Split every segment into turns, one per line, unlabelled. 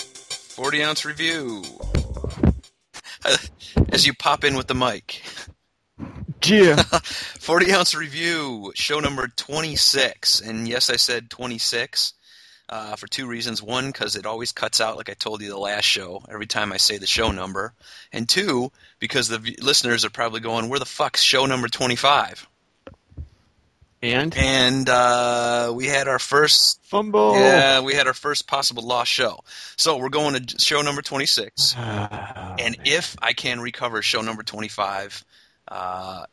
40 ounce review. As you pop in with the mic.
Yeah.
40 ounce review, show number 26. And yes, I said 26 uh, for two reasons. One, because it always cuts out, like I told you the last show, every time I say the show number. And two, because the v- listeners are probably going, where the fuck's show number 25?
And
And uh, we had our first
fumble.
Yeah, we had our first possible lost show. So we're going to show number 26.
Ah,
And if I can recover show number 25, uh,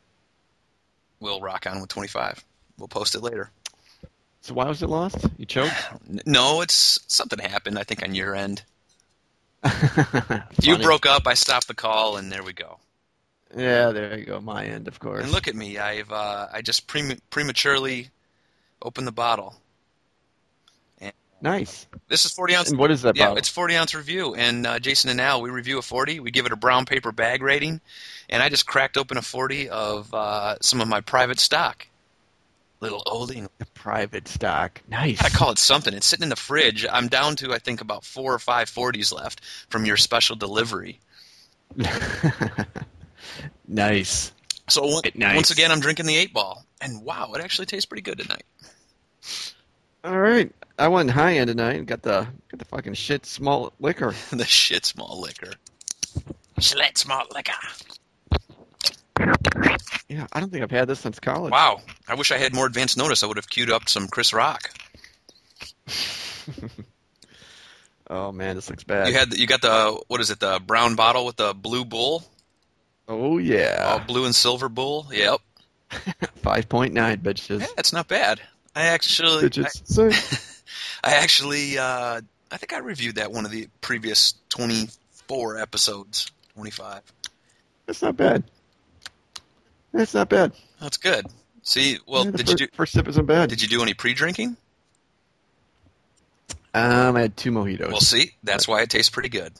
we'll rock on with 25. We'll post it later.
so why was it lost? You choked.
N- No, it's something happened, I think, on your end. You
Funny.
broke up, I stopped the call, and there we go.
Yeah, there you go. My end, of course.
And look at me, I've uh, I just prema- prematurely opened the bottle.
nice.
This is 40 ounce
And what is that
yeah,
bottle?
it's 40 ounce review. And uh, Jason and Al, we review a 40. We give it a brown paper bag rating. And I just cracked open a 40 of uh, some of my private stock. Little oldie.
A private stock. Nice.
I call it something. It's sitting in the fridge. I'm down to, I think, about four or five 40s left from your special delivery.
nice.
So on-
It- nice.
once again, I'm drinking the eight ball. And wow, it actually tastes pretty good tonight.
All right. I went high end tonight and got the got the fucking shit small liquor.
the shit small liquor. Schlitz small liquor.
Yeah, I don't think I've had this since college.
Wow. I wish I had more advance notice. I would have queued up some Chris Rock.
Oh man, this looks bad.
You had the, you got the what is it the brown bottle with the blue bull,
oh
uh,
yeah.
blue and silver bull. Yep, Oh.
Five point nine bitches.
yeah, it's not bad. I actually, I,
bitches. So-
I actually, uh, I think I reviewed that one of the previous twenty four episodes, twenty five.
That's not bad. That's not bad.
That's good. See, well,
Yeah, the
did
fir-
you do
first sip isn't bad.
did you do any pre drinking?
Um, I had two mojitos.
Well, see, that's why it tastes pretty good.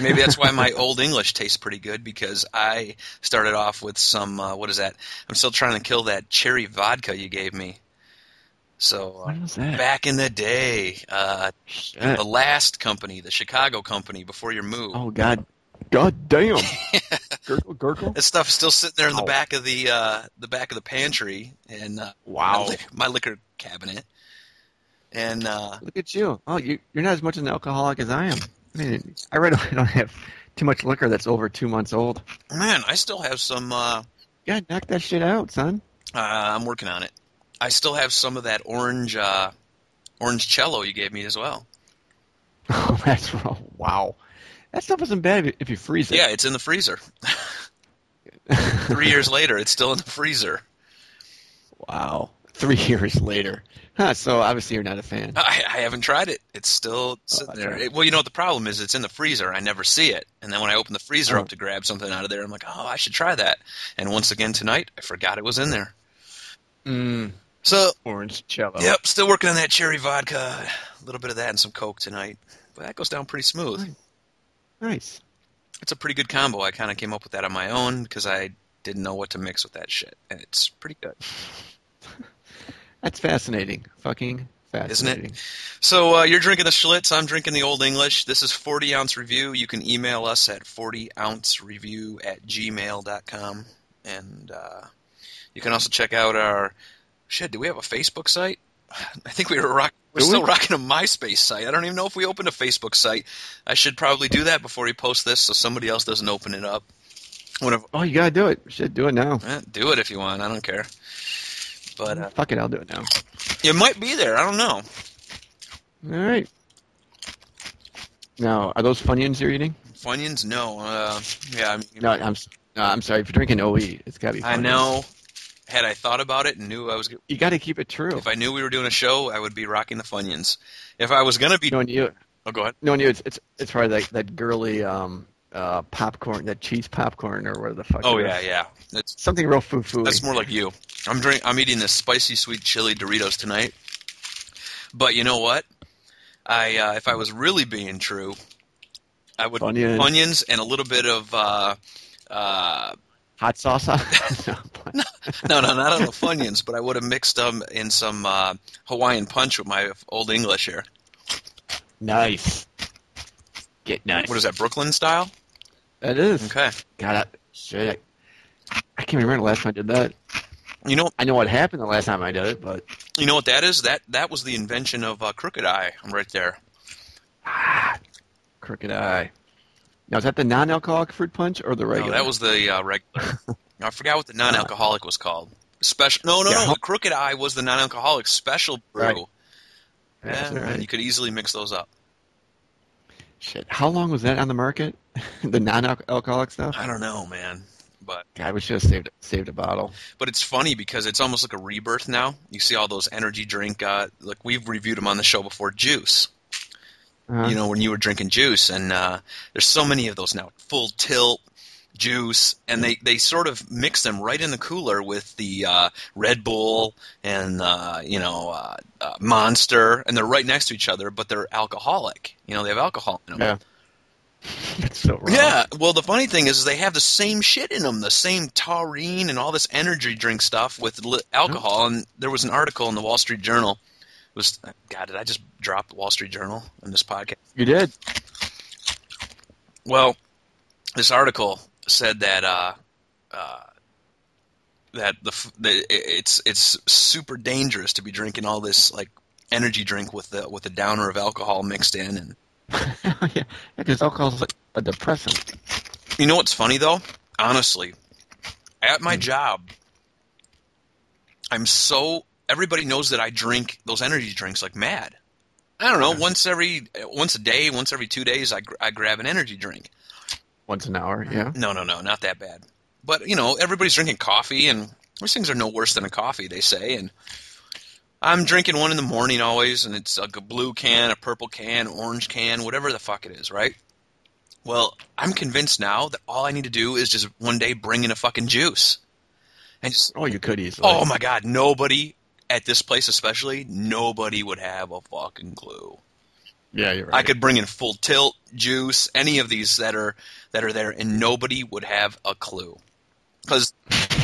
Maybe that's why my old English tastes pretty good because I started off with some uh, what is that? I'm still trying to kill that cherry vodka you gave me. So uh,
what was that?
back in the day, uh,
Shit.
the last company, the Chicago company, before your move.
Oh god, god damn! gurgle, gurgle.
That stuff's still sitting there in the
Ow.
back of the uh, the back of the pantry and uh, my,
Wow!
li- my liquor cabinet. And uh,
Look at you. Oh, you you're not as much an alcoholic as I am. I mean, I really don't have too much liquor that's over two months old.
man, I still have some. Uh,
Yeah, knock that shit out, son.
uh, I'm working on it. I still have some of that orange uh, orange cello you gave me as well.
Oh, that's wrong. Wow. That stuff isn't bad if you- if you freeze it.
Yeah, it's in the freezer. Three years later, it's still in the freezer.
wow. Three years later. Huh, so obviously you're not a fan.
I, I haven't tried it. It's still sitting
Oh, that's
there.
right.
It- well, you know what the problem is? It's in the freezer. I never see it. And then when I open the freezer
Oh.
up to grab something out of there, I'm like, oh, I should try that. And once again tonight, I forgot it was in there.
Mm,
So,
orange cello.
yep, still working on that cherry vodka. A little bit of that and some Coke tonight. But that goes down pretty smooth.
Nice.
It's a pretty good combo. I kind of came up with that on my own because I didn't know what to mix with that shit. And it's pretty good.
That's fascinating. Fucking fascinating.
So uh, you're drinking the Schlitz. I'm drinking the Old English. This is 40 Ounce Review. You can email us at 40ouncereview at gmail.com. And uh, you can also check out our. Shit, do we have a Facebook site? I think we were rock, we're
Do we?
still rocking a MySpace site. I don't even know if we opened a Facebook site. I should probably do that before we post this so somebody else doesn't open it up. One of-
Oh, you gotta do it. Shit, do it now.
eh, do it if you want. I don't care. But uh,
Fuck it, I'll do it now.
it might be there. I don't know.
All right. Now, are those Funyuns you're eating?
Funyuns? No. Uh, yeah, I mean,
No, I'm s- no, I'm sorry. If you're drinking OE, it's gotta be.
I
Funyuns.
know. Had I thought about it and knew I was,
You gotta keep it true.
if I knew we were doing a show, I would be rocking the Funyuns. If I was gonna be,
Knowing you,
oh, go ahead.
knowing you, it's it's it's probably that that girly um uh popcorn, that cheese popcorn or whatever the fuck.
Oh
it is.
yeah, yeah. That's
Something real foo foo.
that's more like you. I'm drink. I'm eating this spicy sweet chili Doritos tonight. But you know what? I uh, if I was really being true, I would
Funyuns.
Funyuns and a little bit of. Uh, uh,
hot sauce. on- no, but-
no, no, not on the Funyuns, but I would have mixed them in some uh, Hawaiian punch with my old English here.
nice.
Get nuts.
What is that, Brooklyn style?
That is.
Okay.
Got it. Shit.
I can't remember the last time I did that.
You know,
I know what happened the last time I did it, but
you know what that is? That that was the invention of uh, Crooked Eye, right there.
ah, crooked eye. Now is that the non-alcoholic fruit punch or the
No,
regular?
that was the uh, regular. I forgot what the non-alcoholic was called. Special? No, no,
Yeah.
no. The Crooked Eye was the non-alcoholic special brew.
Right.
Yeah,
That's all right.
You could easily mix those up.
Shit, how long was that on the market? the non-alcoholic stuff.
I don't know, man. But
God, we should have saved saved a bottle.
but it's funny because it's almost like a rebirth now. You see all those energy drink. Uh, like we've reviewed them on the show before. Juice.
Uh,
you know, when you were drinking juice. And uh, there's so many of those now, full tilt juice, and they, they sort of mix them right in the cooler with the uh, Red Bull and uh, you know uh, uh, Monster, and they're right next to each other, but they're alcoholic. You know, they have alcohol in them.
Yeah. that's so wrong.
Yeah, well, the funny thing is, is they have the same shit in them, the same taurine and all this energy drink stuff with li- alcohol. And there was an article in the Wall Street Journal. It was God? Did I just drop the Wall Street Journal in this podcast?
you did.
Well, this article said that uh, uh, that the, f- the it- it's it's super dangerous to be drinking all this like energy drink with the with a downer of alcohol mixed in. And
yeah, because alcohol's like a depressant.
you know what's funny though? Honestly, at my job, I'm so everybody knows that I drink those energy drinks like mad. I don't know.
Yeah.
Once every once a day, once every two days, I gr- I grab an energy drink.
Once an hour, yeah.
No, no, no, not that bad. But you know, everybody's drinking coffee, and those things are no worse than a coffee, they say. And I'm drinking one in the morning always, and it's like a blue can, a purple can, orange can, whatever the fuck it is, right? Well, I'm convinced now that all I need to do is just one day bring in a fucking juice, and just
Oh, you could easily.
oh my god, nobody at this place, especially nobody would have a fucking clue.
Yeah, you're right.
I could bring in full tilt, juice, any of these that are that are there, and nobody would have a clue because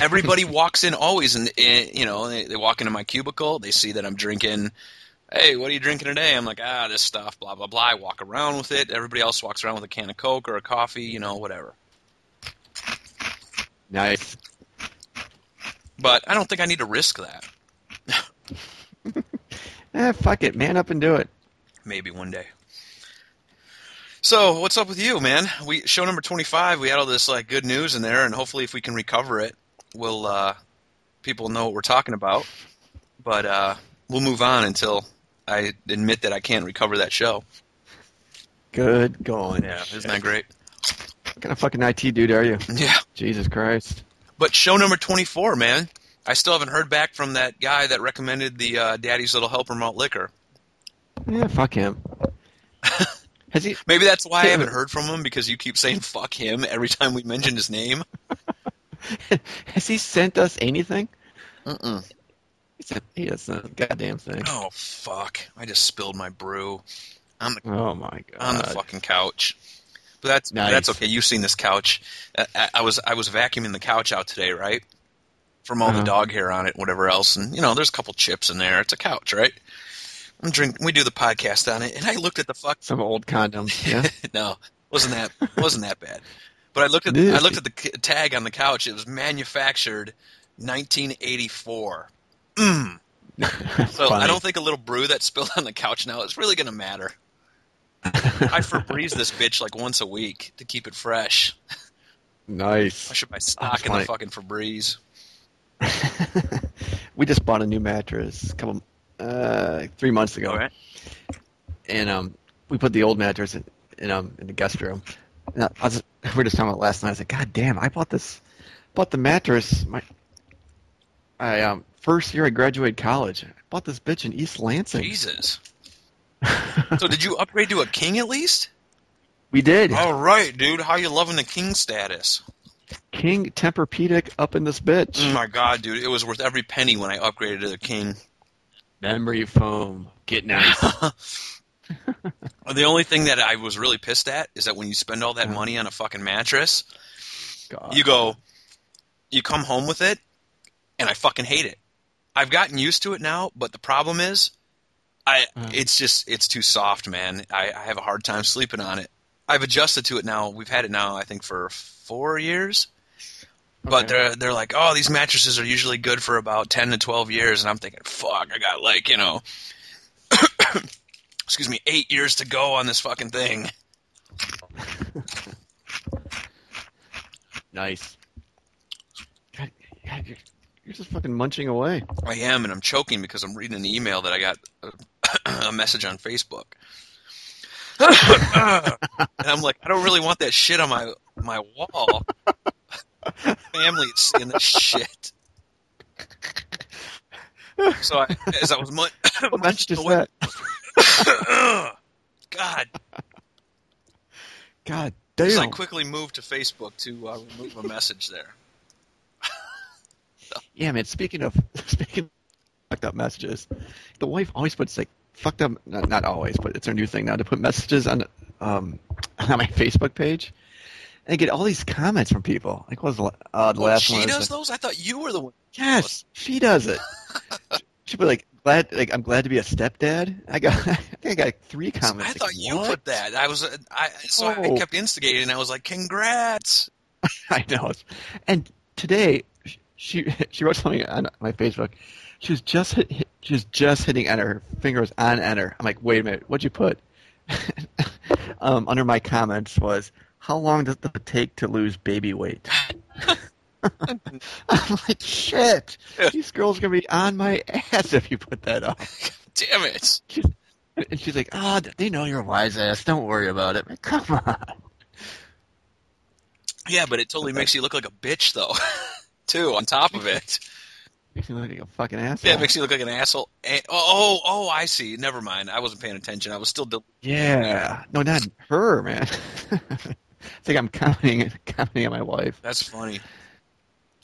everybody walks in always, and eh, you know they, they walk into my cubicle, they see that I'm drinking. Hey, what are you drinking today? I'm like, ah, this stuff, blah blah blah. I walk around with it. Everybody else walks around with a can of Coke or a coffee, you know, whatever.
Nice.
But I don't think I need to risk that.
Eh, fuck it, man up and do it.
Maybe one day. So what's up with you, man? We show number twenty five. We had all this like good news in there, and hopefully, if we can recover it, we'll uh, people know what we're talking about. But uh, we'll move on until I admit that I can't recover that show.
Good going.
isn't that great?
What kind of fucking IT dude are you?
Yeah.
Jesus Christ.
But show number twenty four, man. I still haven't heard back from that guy that recommended the uh, Daddy's Little Helper malt liquor.
Yeah, fuck him. Has he?
Maybe that's why I haven't heard from him because you keep saying "fuck him" every time we mention his name.
Has he sent us anything?
Mm-mm.
He sent he has not a goddamn thing.
Oh fuck! I just spilled my brew on the
Oh my god.
on the fucking couch. But that's
Nice.
that's okay. You've seen this couch. I, I- I was I was vacuuming the couch out today, right? From all the
Uh-huh.
dog hair on it, whatever else, and you know, there's a couple chips in there. It's a couch, right? I'm drink. We do the podcast on it, and I looked at the fuck.
Some old condoms. Yeah.
no, wasn't that wasn't that bad? But I looked at
Yeah.
I looked at the c- tag on the couch. It was manufactured 1984. Mm. So I don't think a little brew that's spilled on the couch now is really going to matter. I Febreze this bitch like once a week to keep it fresh. I
nice.
should buy stock in the
funny.
fucking Febreze.
we just bought a new mattress a couple, uh, three months ago. and um, we put the old mattress in, in um in the guest room. And I I was, we were just talking about it last night. I was like, God damn, I bought this, bought the mattress. My, I um first year I graduated college, I bought this bitch in East Lansing.
Jesus. So did you upgrade to a king at least?
we did
All right, dude. How you loving the king status?
King Tempur-Pedic up in this bitch.
Oh my god, dude. It was worth every penny when I upgraded to the king.
Memory foam, get nice.
The only thing that I was really pissed at is that when you spend all that
Yeah.
money on a fucking mattress,
God.
you go you come home with it and i fucking hate it i've gotten used to it now but the problem is i
Mm.
it's just it's too soft man i, I have a hard time sleeping on it I- I've adjusted to it now. We've had it now, I think, for four years. But
Okay.
they're they're like, oh, these mattresses are usually good for about ten to twelve years, and I'm thinking, fuck, I got like you know, excuse me, eight years to go on this fucking thing.
Nice. God, God, you're, you're just fucking munching away.
I am, and I'm choking because I'm reading an email that I got uh, a, a message on Facebook. and I'm like, I don't really want that shit on my my wall. Family is seeing this shit. So I, as I was mun-
What message
munching
is
away,
that?
God,
God
so I
damn.
quickly moved to Facebook to uh, remove a message there.
Yeah, man. Speaking of speaking of fucked up messages, the wife always puts like fucked up. Not, not always, but it's her new thing now to put messages on um on my Facebook page. And I get all these comments from people. Like, what was the, la- uh, the
Well,
last
Oh, she
one? was
does
like,
those? I thought you were the one.
yes, she does it. She'd be like, "Glad, like, I'm glad to be a stepdad." I got, I think I got three comments.
I
like,
thought you
"What?"
put that. I was, uh, I so I
Oh.
kept instigating. I was like, "Congrats!"
I know. it's- And today, sh- she she wrote something on my Facebook. She was just hit, hit, she was just hitting enter. Her finger was on enter. I'm like, wait a minute, what'd you put? um, under my comments was, how long does it take to lose baby weight? I'm like, shit, these girls are gonna be on my ass if you put that up.
Damn it!
And she's like, ah, they know you're a wise ass. Don't worry about it. Come on.
Yeah, but it totally makes you look like a bitch, though. Too on top of it,
Makes me look like a fucking asshole.
yeah, it makes you look like an asshole. And, oh, oh, oh, I see. Never mind. I wasn't paying attention. I was still. Del-
Yeah. No, not her, man. it's like I'm commenting, commenting on my wife.
That's funny.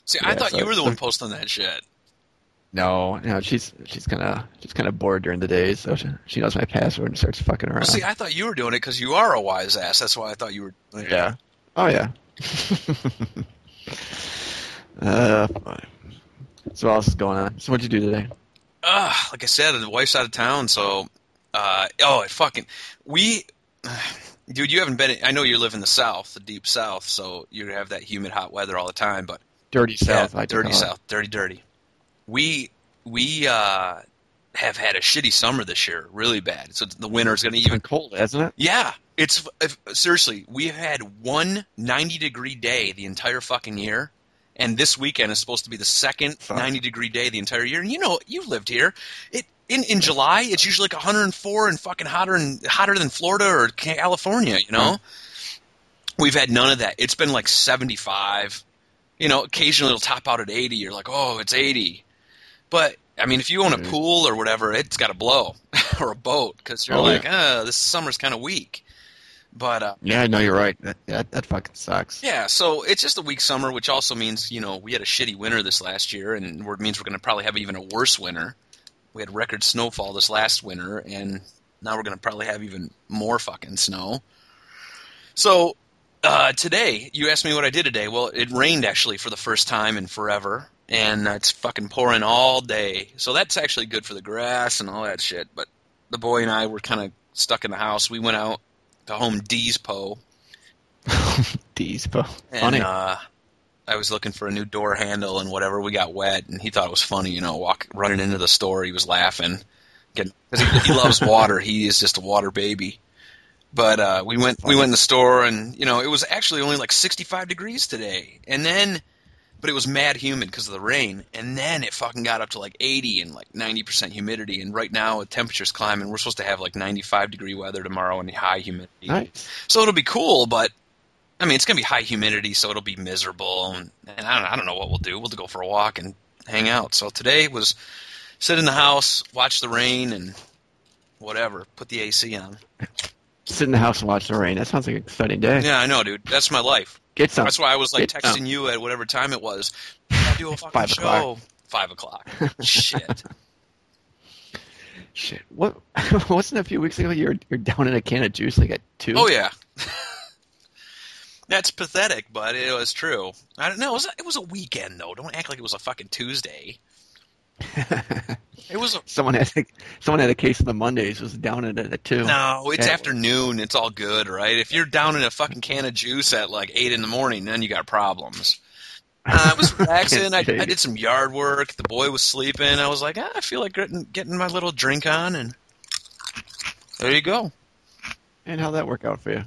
See, I
Yeah,
thought
so-
you were the
so-
one posting that shit.
No, no, she's she's kind of she's kind of bored during the day, so she, she knows my password and starts fucking around.
Well, see, I thought you were doing it because you are a wise ass. That's why I thought you were. doing it.
yeah. Oh yeah. uh, fine. so what else is going on? So what'd you do today?
uh, like I said, the wife's out of town, so uh, oh, it fucking we, dude, you haven't been. I know you live in the South, the deep South, so you have that humid, hot weather all the time. But
Dirty South.
yeah,
I
dirty
call it.
South, dirty, dirty. We we uh, have had a shitty summer this year, really bad. So the winter's going to even
Even cold, hasn't it?
yeah, it's if, seriously. We've had one 90 degree day the entire fucking year, and this weekend is supposed to be the second
Fuck.
90 degree day the entire year. And you know, you've lived here. It in in July, it's usually like 104 and fucking hotter and hotter than Florida or California. You know, we've had none of that. It's been like 75. You know, occasionally it'll top out at 80. You're like, oh, it's 80. But I mean, if you own a
Mhm.
pool or whatever, it's got to blow or a boat because you're
Oh,
like, uh, this summer's kind of weak. But uh,
Yeah, no, you're right. That that, that fucking sucks.
yeah, so it's just a weak summer, which also means you know we had a shitty winter this last year, and it means we're going to probably have even a worse winter. We had record snowfall this last winter, and now we're going to probably have even more fucking snow. So uh, today, you asked me what I did today. Well, it rained actually for the first time in forever, and it's fucking pouring all day. So that's actually good for the grass and all that shit. But the boy and I were kind of stuck in the house. We went out to Home Depot
These po-
and,
funny.
Uh, I was looking for a new door handle and whatever. We got wet, and he thought it was funny. You know, walk running into the store, he was laughing because he, he loves water. He is just a water baby. But uh, we went we went in the store, and you know, it was actually only like 65 degrees today, and then. But it was mad humid because of the rain, and then it fucking got up to like 80 and like 90% humidity. And right now, with temperatures climbing, we're supposed to have like 95 degree weather tomorrow and high humidity.
nice.
So it'll be cool, but I mean, it's gonna be high humidity, so it'll be miserable, and, and I don't, I don't know what we'll do. We'll go for a walk and hang out. So today was sit in the house, watch the rain, and whatever. Put the AC on.
Sit in the house and watch the rain. That sounds like an exciting day.
Yeah, I know, dude. That's my life.
Get some.
That's why I was like
Yeah.
texting you at whatever time it was. I'll do a fucking
Five
show.
o'clock.
Five o'clock. Shit.
Shit, what? Wasn't a few weeks ago you're you're down in a can of juice like at two?
Oh yeah. That's pathetic, but it was true. I don't know. It was, a, it was a weekend though. Don't act like it was a fucking Tuesday. It was a,
Someone had a, someone had a case on the Mondays. Was down at it at two.
no, it's
Yeah.
afternoon. It's all good, right? If you're down in a fucking can of juice at like eight in the morning, then you got problems. Uh, it was relaxing. I, I
Can't
did some yard work. The boy was sleeping. I was like, ah, I feel like getting, getting my little drink on, and there you go.
And how'd that work out for you?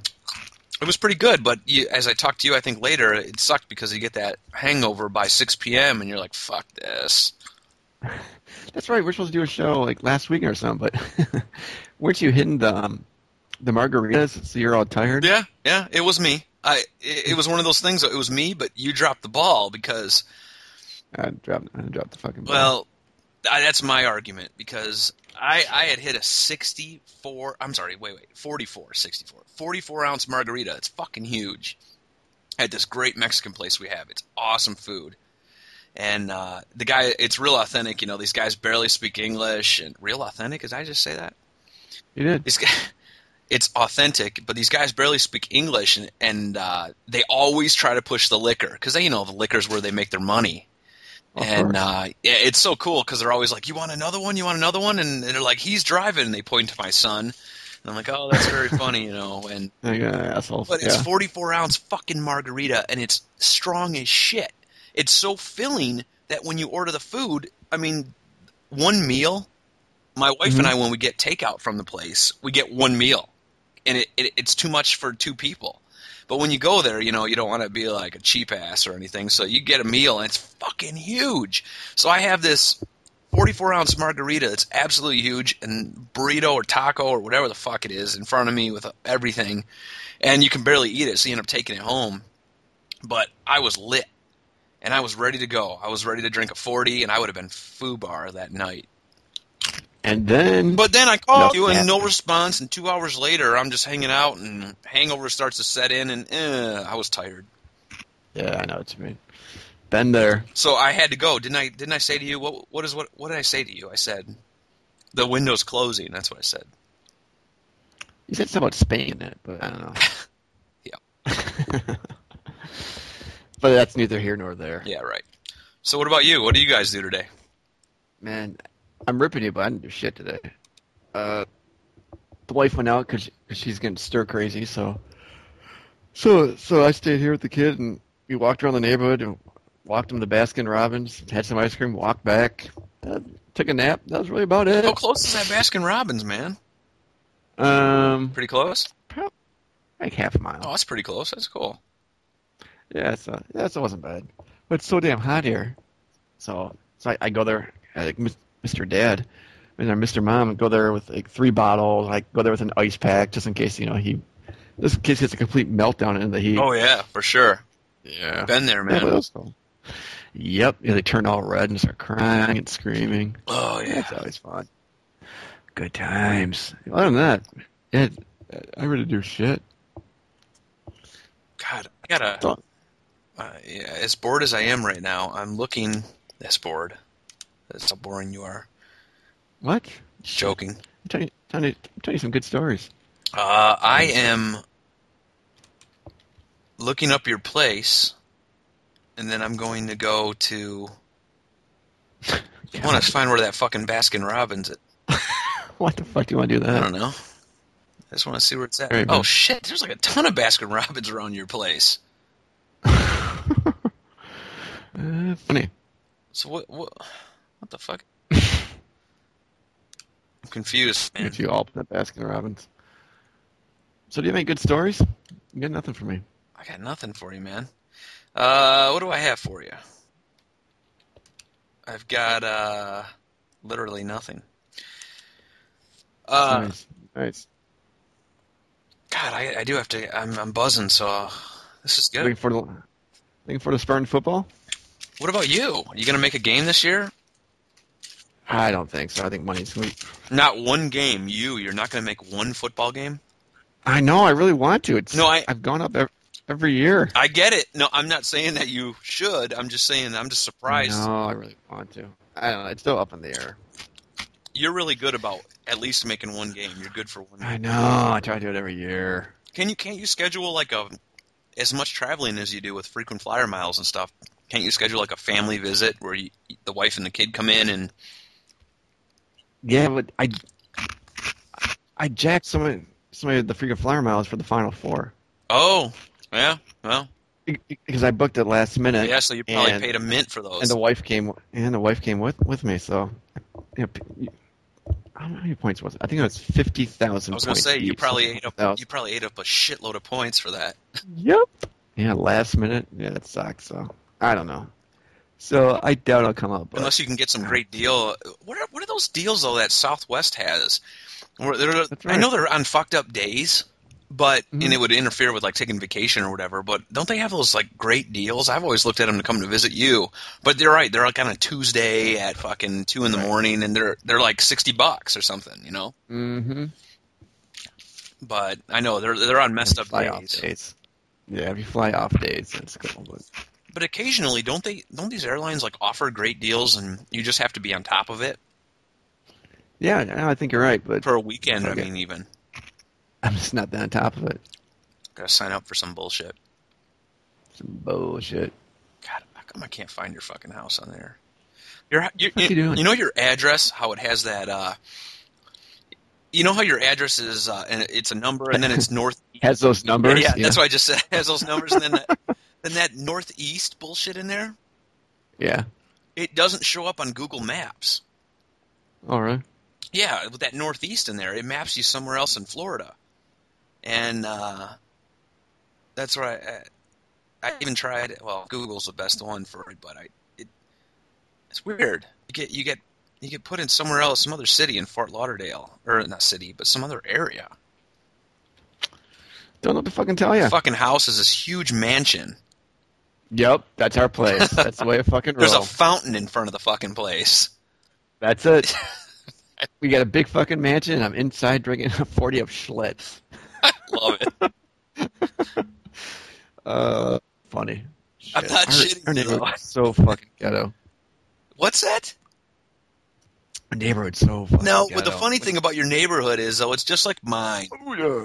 It was pretty good, but you, as I talked to you, I think later it sucked because you get that hangover by 6 p.m. and you're like, "Fuck this."
That's right. We're supposed to do a show like last week or something, but weren't you hitting the um, the margaritas? So you're all tired.
Yeah, yeah, it was me. I it, it was one of those things. It was me, but you dropped the ball because
I dropped. I dropped the fucking. ball.
well, I, that's my argument because I I had hit a 64. I'm sorry, wait, wait, 44, 64, 44 ounce margarita. It's fucking huge. At this great Mexican place we have, it's awesome food. And uh, the guy, it's real authentic. You know, these guys barely speak English, and real authentic. Did I just say that?
you did.
These guys, it's authentic, but these guys barely speak English, and, and uh, they always try to push the liquor because they, you know, the liquor's where they make their money.
Of
and
course.
uh, yeah, it's so cool because they're always like, "You want another one? You want another one?" And they're like, "He's driving." And they point to my son, and I'm like, "Oh, that's very funny," you know. And
Like, uh, assholes.
but it's
yeah.
44 ounce fucking margarita, and it's strong as shit. It's so filling that when you order the food, I mean, one meal. My wife and I, when we get takeout from the place, we get one meal, and it, it it's too much for two people. But when you go there, you know you don't want to be like a cheap ass or anything, so you get a meal, and it's fucking huge. So I have this 44 ounce margarita that's absolutely huge, and burrito or taco or whatever the fuck it is in front of me with everything, and you can barely eat it, so you end up taking it home. But I was lit, and I was ready to go. I was ready to drink a 40, and I would have been foo bar that night.
and then
But then I called
Nope.
you, and no response. And two hours later, I'm just hanging out, and hangover starts to set in, and eh, I was tired,
yeah, I know what you mean. Been there.
so I had to go. Didn't I? Didn't I say to you what? What is what? What did I say to you? I said the window's closing. That's what I said.
You said something about Spain in it, but I don't know. yeah. but that's neither here nor there.
Yeah, right. So what about you? What do you guys do today?
Man, I'm ripping you, but I didn't do shit today. Uh, the wife went out because she's getting stir crazy, so so so I stayed here with the kid and we walked around the neighborhood and walked him to Baskin Robbins, had some ice cream, walked back, uh, took a nap. That was really about it.
How close is that Baskin Robbins, man?
Um,
Pretty close.
prob- like half a mile.
Oh, that's pretty close. That's cool.
Yeah, so yeah, so it wasn't bad. But it's so damn hot here. So so I, I go there I like "Mis- Mr. Dad and our Mr. Mom and go there with like three bottles, like go there with an ice pack just in case, you know, he just in case he gets a complete meltdown in the heat.
Oh yeah, for sure.
yeah.
Been there,
Yeah, but that
man.
was cool. Yep. Yeah, they turn all red and start crying and screaming.
Oh
Yeah,
yeah.
it's always fun. Good times. Other than that, yeah, I really do shit.
God, I gotta.
Don't-
Uh, yeah, as bored as I am right now, I'm looking. That's bored. That's how boring you are.
What?
Joking.
I'm telling you, telling you, I'm telling you some good stories.
Uh, I am looking up your place, and then I'm going to go to. I want to find where that fucking Baskin Robbins is.
What the fuck do you want to do
I
that?
don't know. I just want to see where it's at.
All right,
oh
man.
shit! There's like a ton of Baskin Robbins around your place.
Uh, funny.
So what? What? What the fuck? I'm confused. Man.
If you all at Baskin Robbins. So do you have any good stories? You got nothing for me.
I got nothing for you, man. Uh, what do I have for you? I've got uh, literally nothing. Uh,
nice. Nice.
God, I, I do have to. I'm, I'm buzzing, so this is good.
Looking for the looking for the Spartan football?
What about you? Are you gonna make a game this year?
I don't think so. I think money's gonna be-
Not one game. You, you're not gonna make one football game.
I know, I really want to. It's
No, I-
I've gone up ev- every year.
I get it. No, I'm not saying that you should. I'm just saying I'm just surprised.
No, I really want to. I don't know, it's still up in the air.
You're really good about at least making one game. You're good for one.
I know, I try to do it every year.
Can you can't you schedule like a as much traveling as you do with frequent flyer miles and stuff? Can't you schedule like a family visit where you, the wife and the kid come in and
Yeah, but I I jacked some of some of the freaking flyer miles for the final four
Oh, yeah. Well,
Be- be- because I booked it last minute.
yeah. So you probably
and-
paid a mint for those.
and the wife came and the wife came with with me. So, you know, p- I don't know how many points was it? I think it was fifty thousand.
I was gonna say you probably ate up
thousand.
you probably ate up a shitload of points for that.
Yep. Yeah, last minute. Yeah, that sucks. So I don't know. So I doubt I'll come up. But
Unless you can get some great deal. What are what are those deals though that Southwest has? Where they're-
That's
I
right.
know they're on fucked up days, but
Mhm.
and it would interfere with like taking vacation or whatever. But don't they have those like great deals? I've always looked at them to come to visit you. But they're right. They're like on a Tuesday at fucking two in the
Right.
morning, and they're they're like sixty bucks or something, you know.
mm-hmm.
But I know they're they're on messed up
fly off
days.
days. Yeah, if you fly off days, that's cool. But
But occasionally, don't they? Don't these airlines like offer great deals, and you just have to be on top of it
yeah, no, I think you're right. But
for a weekend?
Okay.
I mean, even
I'm just not that on top of it.
gotta sign up for some bullshit.
Some bullshit.
God, how come I can't find your fucking house on there? Your, your,
What you
you,
doing?
you know your address, how it has that. uh You know how your address is, uh, and it's a number, and then it's north.
Has those numbers?
yeah, that's what I just said. It has those numbers, and then that, then that northeast bullshit in there.
Yeah.
It doesn't show up on Google Maps.
All right.
Yeah, with that northeast in there, it maps you somewhere else in Florida, and uh, that's where I, I, I even tried. Well, Google's the best one for it, but I it, it's weird. You get you get you get put in somewhere else, some other city in Fort Lauderdale, or not city, but some other area.
Don't know what to fucking tell you.
Fucking house is this huge mansion.
Yep, that's our place. That's the way it fucking
There's a
rolls.
fountain in front of the fucking place.
That's it. We got a big fucking mansion. and I'm inside drinking a 40 of Schlitz.
Love it.
Uh, funny.
I'm not
Our-
shitting
Our
you,
neighborhood's so
though.
fucking ghetto.
What's that?
Our neighborhood's so fucking
No,
ghetto.
but the funny thing about your neighborhood is, though, it's just like mine.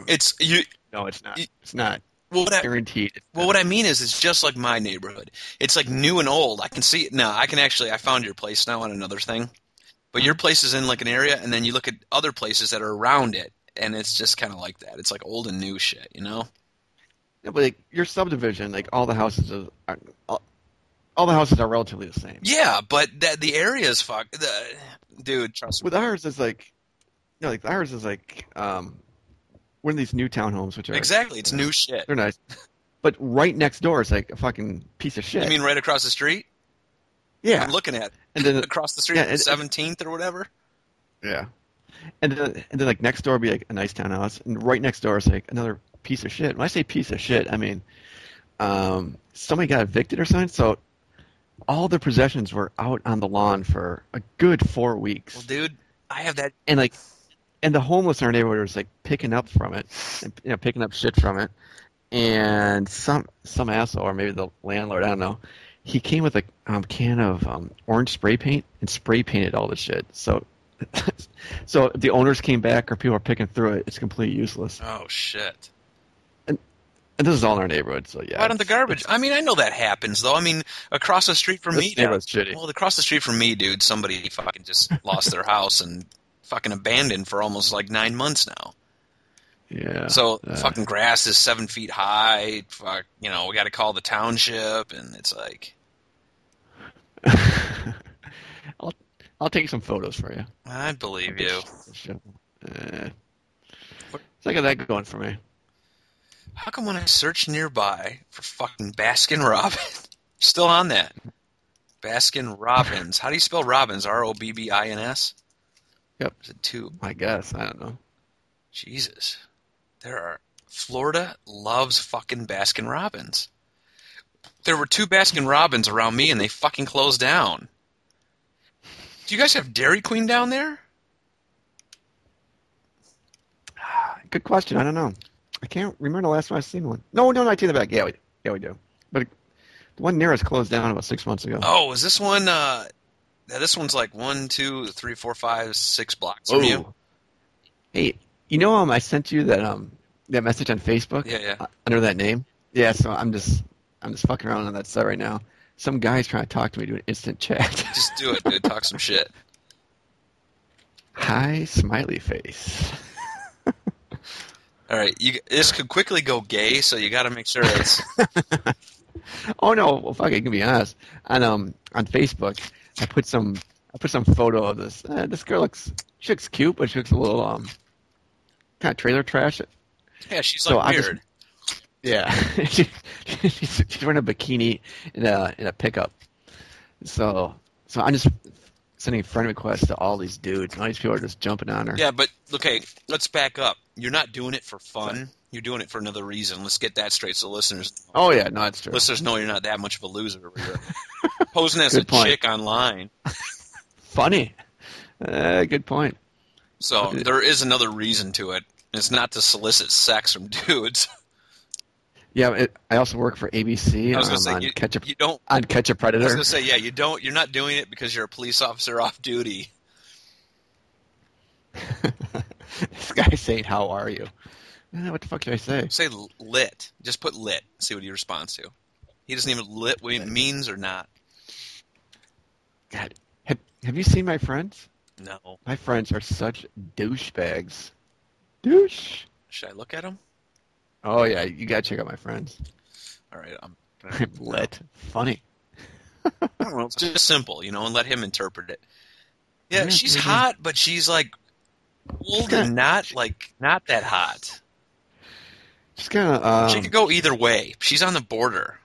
It's you.
No, it's not.
You-
It's not.
Well, what I,
Guaranteed.
Well, what I mean is, it's just like my neighborhood. It's like new and old. I can see it now. I can actually. I found your place now on another thing, but your place is in like an area, and then you look at other places that are around it, and it's just kind of like that. It's like old and new shit, you know?
Yeah, but like, your subdivision, like all the houses are, are all, all the houses are relatively the same.
Yeah, but that the area is fuck. The, dude, trust me.
With ours, it's like, no, like ours is like um, one of these new townhomes, which are
Exactly, it's new shit.
They're nice. But right next door is like a fucking piece of shit.
You mean right across the street?
yeah.
I'm looking at
And then
across the street,
Yeah, it-
seventeenth or whatever.
yeah. And then and then like next door would be like a nice townhouse, and right next door is like another piece of shit. When I say piece of shit, I mean um, somebody got evicted or something. So all their possessions were out on the lawn for a good four weeks,
Well, dude, I have that.
and like and the homeless in our neighborhood was like picking up from it, and, you know, picking up shit from it. And some some asshole, or maybe the landlord, I don't know, he came with a um, can of um, orange spray paint and spray painted all the shit. So, so the owners came back, or people are picking through it. It's completely useless.
Oh shit.
And this is all in our neighborhood, so yeah.
Out in the garbage. I mean, I know that happens though. I mean, across the street from
This
me, down,
neighborhood's shitty.
Well, across the street from me, dude, somebody fucking just lost their house and fucking abandoned for almost like nine months now.
yeah.
so
uh.
fucking grass is seven feet high. Fuck, you know, we got to call the township, and it's like,
I'll I'll take some photos for you.
I believe you.
Sure. Uh, so I got that going for me.
How come when I search nearby for fucking Baskin Robbins, still on that? Baskin Robbins. How do you spell Robbins? R O B B I N S.
Yep.
Is it two?
I guess I don't know.
Jesus. There are Florida loves fucking Baskin Robbins. There were two Baskin Robbins around me and they fucking closed down. Do you guys have Dairy Queen down there?
Good question. I don't know. I can't remember the last time I've seen one. No, no, no, I take that back. Yeah, we, yeah, we do. But the one near us closed down about six months ago.
Oh, is this one uh now this one's like one, two, three, four, five, six blocks from
Oh.
you.
Hey, you know, um, I sent you that um that message on Facebook.
Yeah, yeah.
uh, under that name. Yeah. So I'm just I'm just fucking around on that site right now. Some guy's trying to talk to me, do an instant chat.
Just do it, dude. Talk some shit.
Hi, smiley face.
All right, you, this could quickly go gay, so you got to make sure it's.
oh no! Well, fuck, it, I can be honest. On um on Facebook, I put some I put some photo of this. Uh, this girl looks she looks cute, but she looks a little um kind of trailer trash.
Yeah, she's so like
I
weird.
Yeah, she, she's, she's wearing a bikini in a in a pickup. So so I'm just sending friend requests to all these dudes, and all these people are just jumping on her.
Yeah, but okay, let's back up. You're not doing it for fun. You're doing it for another reason. Let's get that straight, so listeners,
Oh yeah, no, it's true.
listeners know you're not that much of a loser. You're posing as
Good
a
point.
chick online,
Funny. Uh, good point.
so there is another reason to it. It's not to solicit sex from dudes.
Yeah, it, I also work for ABC.
I was
um,
gonna say
on
you,
Catch a
you don't.
on Catch
I
a
was
Predator.
gonna say yeah, you don't. You're not doing it because you're a police officer off duty.
this guy saying, "How are you?" Eh, What the fuck did I say?
Say l- lit. Just put lit. See what he responds to. He doesn't even lit what it means or not.
God, have, have you seen my friends?
No.
My friends are such douchebags. Douche.
Should I look at him?
Oh yeah, you gotta check out my friends.
All right. I'm,
I'm lit. Funny.
I don't know. It's just simple, you know, and let him interpret it. Yeah,
Yeah,
she's
maybe.
hot, but she's like old and not like not that hot.
Just kind of. Um,
she could go either way. She's on the border.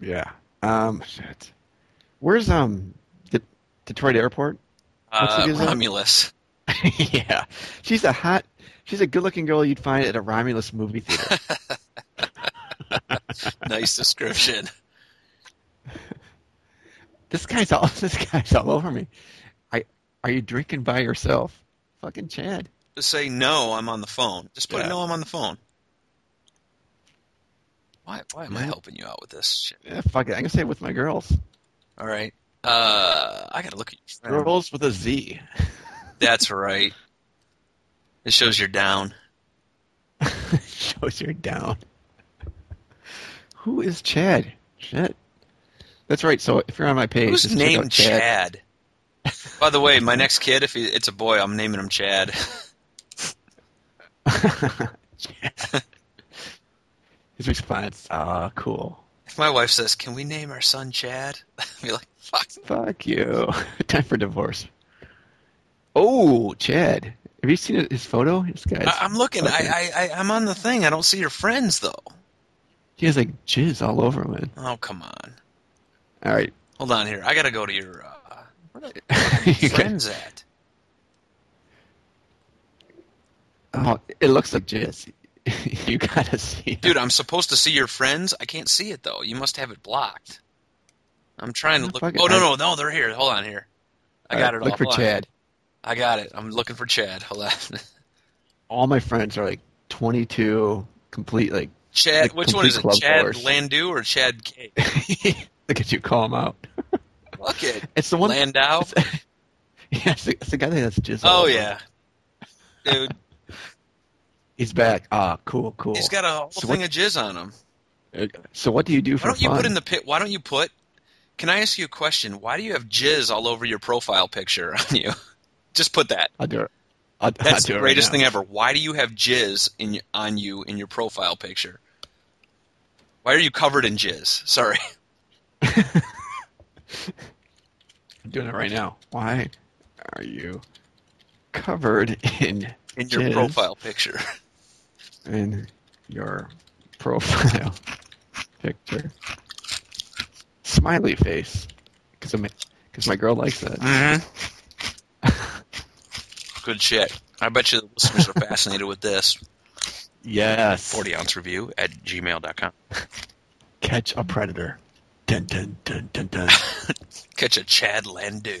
Yeah. Um. Shit. Where's um the Detroit airport? What's
Uh,
it is?
Romulus.
yeah. She's a hot. She's a good-looking girl you'd find at a Romulus movie theater.
Nice description.
this guy's all. This guy's all over me. I. Are you drinking by yourself? Fucking Chad.
Just say no. I'm on the phone. Just put
Yeah.
no. I'm on the phone. Why? Why am I
Yeah.
helping you out with this shit?
Yeah, fuck it. I can say it with my girls.
All right. Uh, I gotta look at your friend.
Girls with a Z.
That's right. It shows you're down.
Shows you're down. Who is Chad? Shit. That's right. So if you're on my page,
Who's
just check out
named Chad? By the way, my next kid, if he, it's a boy, I'm naming him Chad.
His response, ah, cool.
If my wife says, "Can we name our son Chad?" I'd be like, "Fuck."
Fuck you. Time for divorce. Oh, Chad. Have you seen his photo? This guy's
I, I'm looking. I, I, I, I'm on the thing. I don't see your friends though.
he has like jizz all over him. man.
Oh come on.
All right.
Hold on here. I gotta go to your uh, where the
You can-
friends at.
oh, it looks like jizz. you gotta see. it.
Dude, I'm supposed to see your friends. I can't see it though. You must have it blocked. I'm trying to
No,
look.
fuck it.
Oh no
I-
no no! They're here. Hold on here. I
All
got
right,
it.
Look
all.
for
Hold on.
Chad.
I got it. I'm looking for Chad. Hold on.
All my friends are like 22, complete like.
Chad,
Like
which one is it?
complete club
Chad
force.
Landau or Chad K?
look at you, call him out.
Fuck it.
It's the one.
Landau.
yeah, it's the, it's the guy that has jizz. all
Oh
over him.
yeah, dude,
He's back. Ah, cool, cool.
he's got a whole
So
thing
what-
of jizz on him.
So what do you do
Why
for
don't
fun?
you put in the pit? Why don't you put? Can I ask you a question? Why do you have jizz all over your profile picture on you? Just put that.
I'll do it. I'll, I'll
That's
do
the
it
greatest
right
thing ever. Why do you have jizz in on you in your profile picture? Why are you covered in jizz? Sorry.
I'm doing it right now. Why are you covered in
In your
jizz
profile picture.
in your profile picture? Smiley face, because because my girl likes that.
Mm-hmm. Good shit. I bet you the listeners are fascinated with this.
Yes.
40 ounce review at gmail.com.
Catch a predator. Dun dun dun dun dun.
Catch a Chad Landau.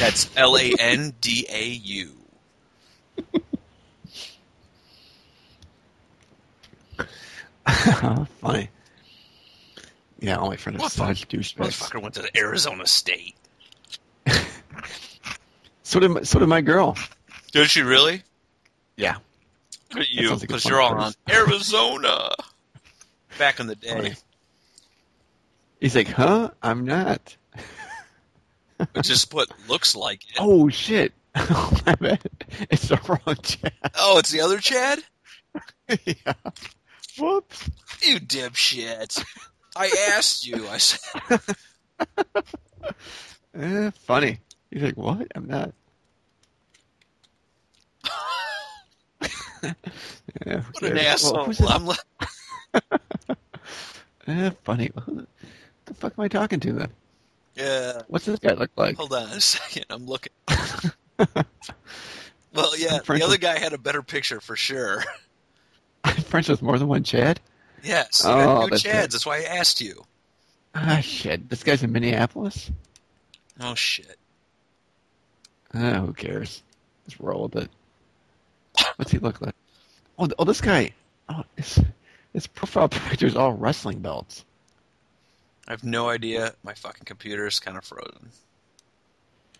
That's L A N D A U.
Funny. Yeah, all my friends are
What
such douchebags.
Motherfucker went to Arizona State.
So did my, so did my girl.
Did she really?
Yeah.
Look at
That
you,
sounds like a
because
fun
you're all on
place.
Arizona. Back in the day,
Funny. He's like, huh? I'm not.
which is what looks like it.
Oh shit! oh, my bad. It's the wrong Chad.
Oh, it's the other Chad?
yeah. Whoops.
You dipshit. I asked you. I said,
Eh, funny. You think what? I'm not. Yeah,
what an
okay. Eh, Well,
asshole.
who's this-
I'm li-
eh, funny. Who the fuck am I talking to then?
yeah.
What's this guy look like?
Hold on a second. I'm looking. well, yeah, the
Friends
other
with-
guy had a better picture for sure.
I'm friends with more than one Chad?
Yes.
Oh,
I got two
that's
Chads.
it.
That's why I asked you.
Ah, shit. This guy's in Minneapolis?
Oh, shit.
Ah, who cares? Just roll with it. What's he look like? Oh, th- oh this guy. Oh, his, his profile picture is all wrestling belts.
I have no idea. My fucking computer is kind of frozen.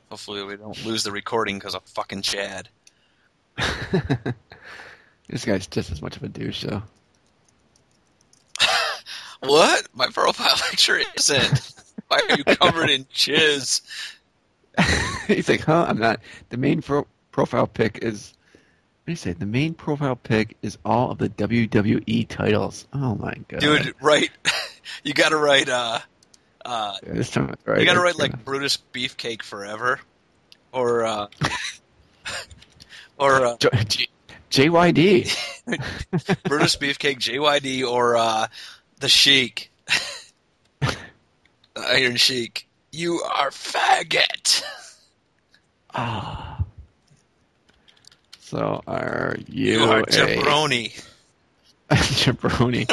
Hopefully, we don't lose the recording because of fucking Chad.
This guy's just as much of a douche, though.
What? My profile picture isn't. Why are you covered in jizz?
He's like, huh? I'm not. The main pro- profile pic is. What do you say? The main profile pic is all of the WWE titles. Oh my god,
Dude, write. You gotta write, uh, uh,
Yeah, this time it's right.
you gotta
It's
write
gonna-
like Brutus Beefcake Forever. Or, uh, or, uh,
J- J- JYD.
Brutus Beefcake, JYD, or uh, the Sheik, the Iron Sheik. You are faggot.
Ah. So are
You,
you,
are
a
jabroni.
jabroni?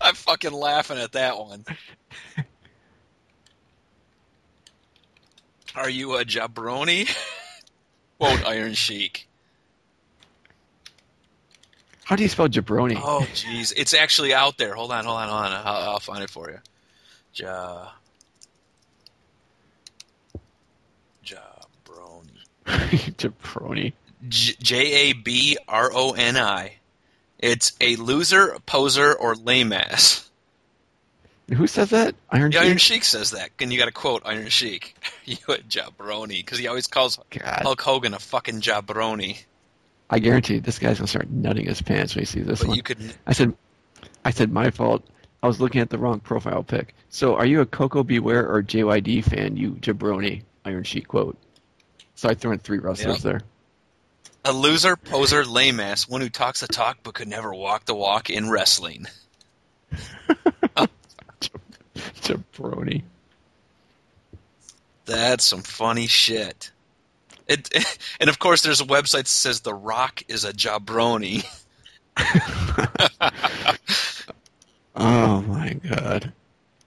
I'm fucking laughing at that one. Are you a jabroni? Quote Iron Sheik.
How do you spell jabroni?
Oh, jeez. It's actually out there. Hold on, hold on, hold on. I'll, I'll find it for you. Ja. Jabroni.
jabroni.
J- J A B R O N I. It's a loser, poser, or lame ass.
Who says that? Iron
The Iron
Sheik?
Sheik says that, and you got to quote Iron Sheik. you a jabroni, because he always calls
God,
Hulk Hogan a fucking jabroni.
I guarantee this guy's gonna start nutting his pants when he sees this
But
one.
you could,
I said, I said my fault. I was looking at the wrong profile pic. So, are you a Coco Beware or JYD fan? You jabroni, Iron Sheik quote. So I threw in three wrestlers
Yep.
there.
a loser, poser, lame ass, one who talks the talk but could never walk the walk in wrestling.
Jabroni.
That's some funny shit. It, and of course, there's a website that says The Rock is a jabroni.
Oh my god.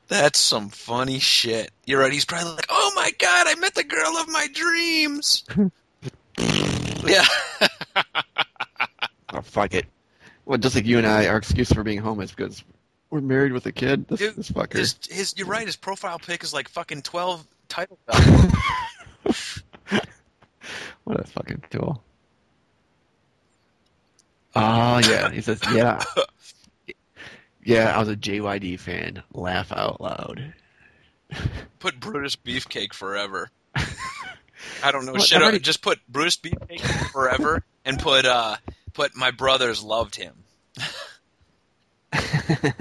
That's some funny shit. You're right. He's probably like, "Oh my god, I met the girl of my dreams." yeah,
Oh fuck it. Well, just like you and I, our excuse for being home is because we're married with a kid. This,
Dude,
this fucker.
his, his, you're right. His profile pic is like fucking twelve title. belts.
What a fucking tool. Oh yeah, he says yeah. Yeah, I was a JYD fan. Laugh out loud.
put Brutus Beefcake forever. I don't know
Well,
shit.
already-
Just put Brutus Beefcake forever, and put uh, put my brothers loved him.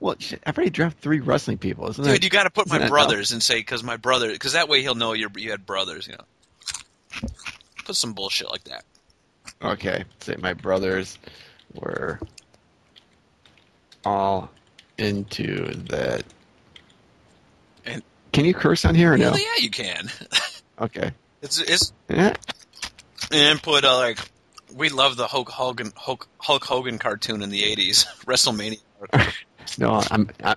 Well, shit, I've already dropped three wrestling people, isn't
Dude,
it?
you got to put
Isn't
my
that
brothers and say because my brother because that way he'll know you you had brothers. You know, put some bullshit like that.
Okay, say my brothers were all into that.
And-
Can you curse on here or no?
Well, yeah, you can.
Okay.
It's it's
Yeah.
and put uh, like we love the Hulk Hogan Hulk, Hulk Hogan cartoon in the '80s, WrestleMania.
No, I'm. I,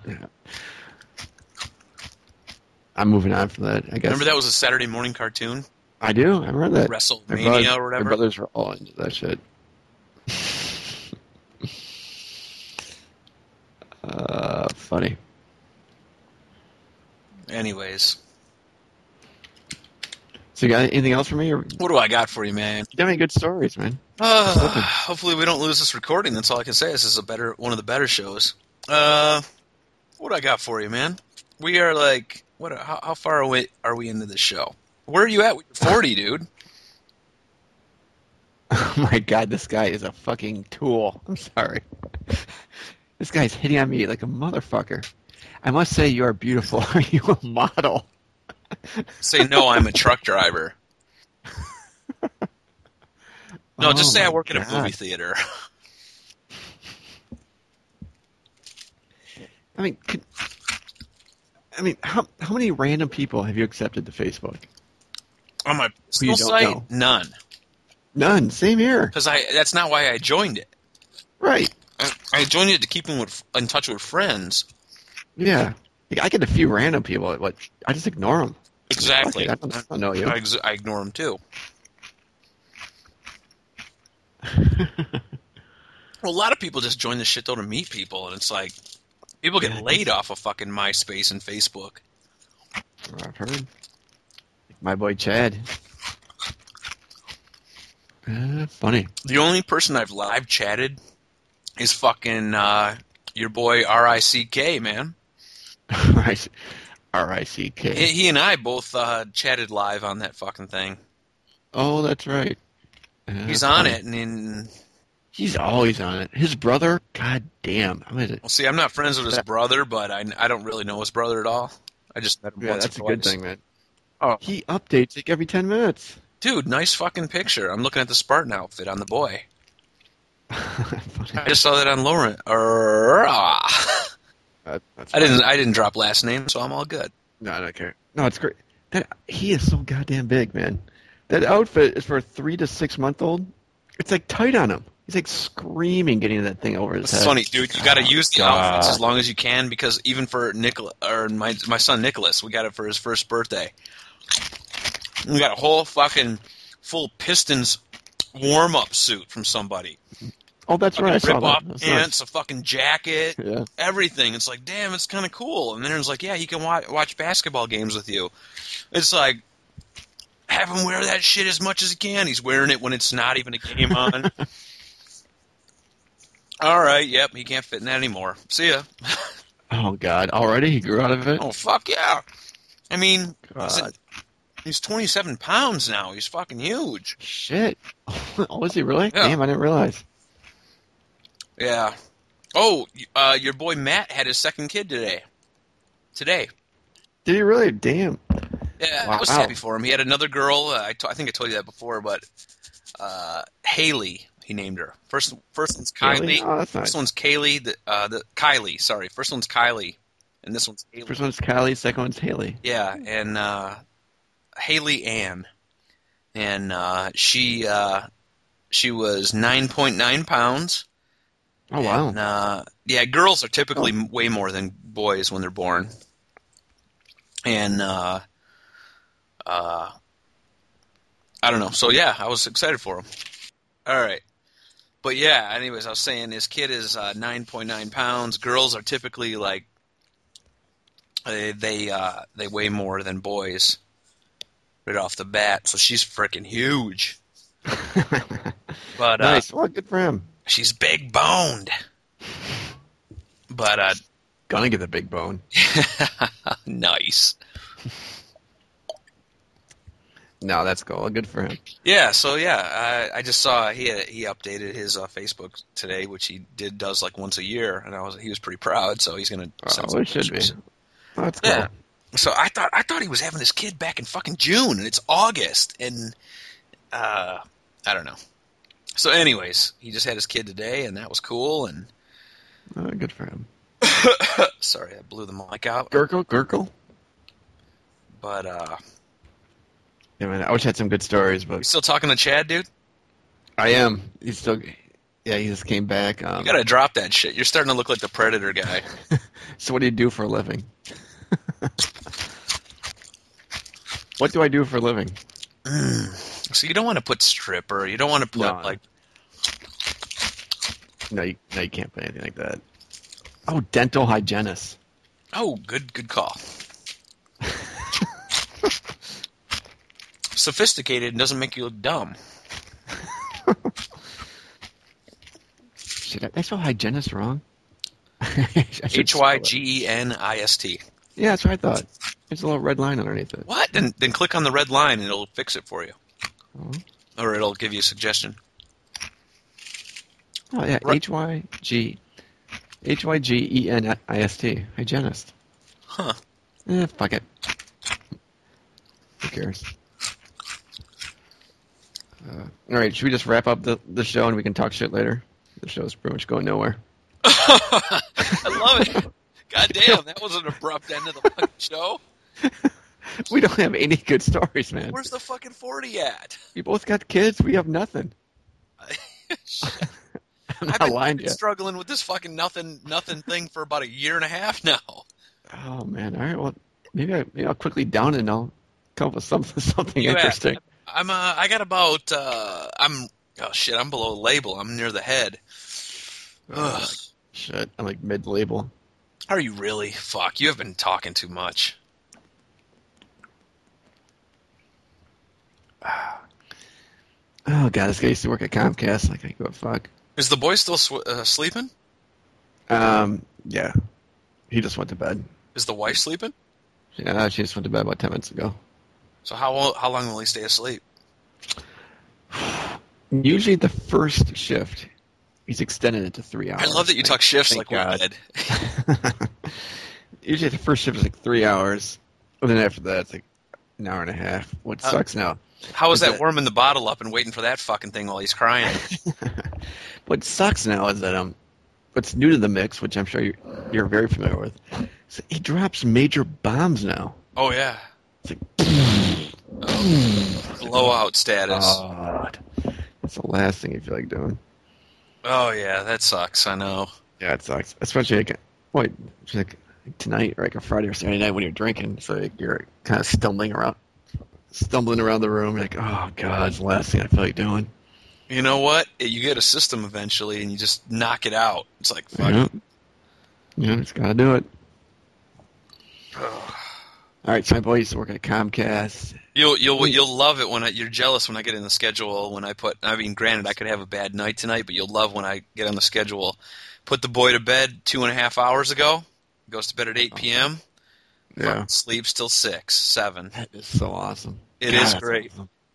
I'm moving on from that. I guess.
Remember that was a Saturday morning cartoon,
I do. I remember that. My
WrestleMania
brothers,
or
my
whatever.
brothers were all into that shit. uh, funny.
Anyways,
So you got anything else for me? Or you
what do I got for you, man?
got any good stories, man?
Uh, hopefully, we don't lose this recording. That's all I can say. This is a better one of the better shows. Uh, what do I got for you, man? We are like what? How, how far away are we into this show? Where are you at? You're 40, dude.
Oh my god, this guy is a fucking tool. I'm sorry. This guy's hitting on me like a motherfucker. I must say, you are beautiful. Are you a model?
Say no, I'm a truck driver. No, just
Oh
say I
my
work in a
God.
movie theater.
I mean, could, I mean, how how many random people have you accepted to Facebook?
On my personal
don't
site,
know.
none,
None. Same here.
because I that's not why I joined it.
Right.
I, I joined it to keep in, with, in touch with friends.
Yeah. Like, I get a few random people. What? I just ignore them.
Exactly.
I don't, I don't know you.
I, ex- I ignore them too. well, a lot of people just join this shit though to meet people, and it's like people get
Yeah.
laid off of fucking MySpace and Facebook.
I've heard. My boy Chad. Uh, funny.
The only person I've live chatted is fucking uh, your boy R I C K man.
R I C
He,
K.
he and I both uh, chatted live on that fucking thing.
Oh, that's right. Uh,
He's on
funny.
it, and, then
He's always on it. His brother. God damn. I'm gonna,
well, see, I'm not friends with his brother, but I, I don't really know his brother at all. I just met him
yeah,
once
that's a
or
good
twice.
thing, man.
Oh.
He updates like every ten minutes.
Dude, nice fucking picture. I'm looking at the Spartan outfit on the boy.
Funny.
I just saw that on Lauren. Er, ah.
That- that's
I didn't. I didn't drop last name, so I'm all good.
No, I don't care. No, it's great. That he is so goddamn big, man. That outfit is for a three to six month old. It's like tight on him. He's like screaming, getting that thing over his
It's
head.
funny, dude. You got to
Oh,
use the
God.
outfits as long as you can because even for Nicola or my my son Nicholas, we got it for his first birthday. We got a whole fucking full Pistons warm up suit from somebody.
Oh, that's right. I saw
Rip
that.
off
That's
pants, a fucking jacket,
nice. Yeah.
everything. It's like, damn, it's kind of cool. And then it's like, yeah, he can watch, watch basketball games with you. It's like, have him wear that shit as much as he can. He's wearing it when it's not even a game on. All right, yep, he can't fit in that anymore. See ya.
Oh God! Already he grew out of it.
Oh fuck yeah! I mean, is it-
God.
he's 27 pounds now. He's fucking huge.
Shit! oh, is he really?
Yeah.
Damn, I didn't realize.
Yeah. Oh, y- uh, your boy Matt had his second kid today. Today.
Did he really? Damn.
Yeah, I
Wow.
was happy for him. He had another girl. Uh, I, t- I think I told you that before, but uh, Haley, he named her. First, first one's
Really?
Kylie.
Oh, that's
This
nice.
one's Kaylee. The, uh, the Kylie, sorry. First one's Kylie, and this one's Haley.
First one's Kylie. Second one's Haley.
Yeah, and uh, Haley Ann, and uh, she uh, she was nine point nine pounds.
Oh wow!
And, uh, yeah, girls are typically m way more than boys when they're born. And uh, uh, I don't know. So yeah, I was excited for him. All right. But yeah, anyways, I was saying his kid is uh, 9.9 pounds. Girls are typically like they they, uh, they weigh more than boys right off the bat. So she's freaking huge. But uh,
nice. Well, good for him.
she's big boned. But uh,
Gonna get the big bone.
nice.
No, that's cool. Good for him.
Yeah. So yeah, I, I just saw he had, he updated his uh, Facebook today, which he did does like once a year, and I was he was pretty proud. So he's gonna. send
Oh,
some
it should be.
pictures.
Oh, that's cool.
Yeah. So I thought I thought he was having this kid back in fucking June, and it's August, and uh, I don't know. So, anyways, he just had his kid today, and that was cool. And
Oh, good for him.
sorry, I blew the mic out.
Gurkle, Gurkle.
But uh,
Yeah, man. I wish I had some good stories,
you
but
still talking to Chad, dude?
I am. He's still. Yeah, he just came back. Um,
You gotta drop that shit. You're starting to look like the Predator guy.
So, what do you do for a living? what do I do for a living?
So you don't want to put stripper. You don't want to put
No.
like
No, you, no, you can't put anything like that. Oh, dental hygienist.
oh, good good call. Sophisticated and doesn't make you look dumb.
Shit, I, I spelled hygienist wrong.
H y g e n i s t.
Yeah, that's what I thought. There's a little red line underneath it.
What? Then then click on the red line and it'll fix it for you,
Oh,
or it'll give you a suggestion.
Oh, yeah.
Right.
H Y G H Y G E N I S T. Hygienist.
Huh?
Eh, fuck it. Who cares? Uh, all right, should we just wrap up the, the show and we can talk shit later? The show's pretty much going nowhere.
I love it. God damn, that was an abrupt end of the fucking show.
We don't have any good stories, man.
Where's the fucking forty at?
We both got kids. We have nothing.
Shit. I've
I'm not
been, I've
lying to
been
you.
struggling with this fucking nothing nothing thing for about a year and a half now.
Oh man! All right. Well, maybe, I, maybe I'll quickly down and I'll come up with something something
You have-
interesting.
I'm uh, I got about uh, I'm oh shit, I'm below label. I'm near the head.
Oh,
Ugh.
Shit! I'm like mid label.
Are you really? Fuck, you have been talking too much.
Oh god, this guy used to work at Comcast. Like I give a fuck.
Is the boy still sw- uh, sleeping?
Um, yeah. He just went to bed.
Is the wife sleeping?
Yeah, she just went to bed about ten minutes ago.
So how how long will he stay asleep?
Usually the first shift, he's extended it to three hours.
I love that you talk shifts like
thank
we
God.
did.
Usually the first shift is like three hours, and then after that it's like an hour and a half. What
Uh,
sucks now?
How is
Is
that
it-
warming the bottle up and waiting for that fucking thing while he's crying?
What sucks now is that um, what's new to the mix, which I'm sure you're, you're very familiar with, is that he drops major bombs now.
Oh yeah, Oh.
It's like Uh.
blowout status. Oh,
God, that's the last thing you feel like doing.
Oh, yeah, that sucks. I know.
Yeah, it sucks, especially like wait, it's like tonight or like a Friday or Saturday night when you're drinking, so like, you're kind of stumbling around, stumbling around the room, like oh God, it's the last thing I feel like doing.
You know what? You get a system eventually, and you just knock it out. It's like fuck.
Yeah, yeah, just gotta do it. All right, so my boy used to work at Comcast.
You'll you'll you'll love it when I, you're jealous when I get in the schedule when I put. I mean, granted, I could have a bad night tonight, but you'll love when I get on the schedule. Put the boy to bed two and a half hours ago. Goes to bed at eight p.m.
Oh, Yeah,
Sleeps till six, seven.
that is so awesome.
It
It
is
is
great.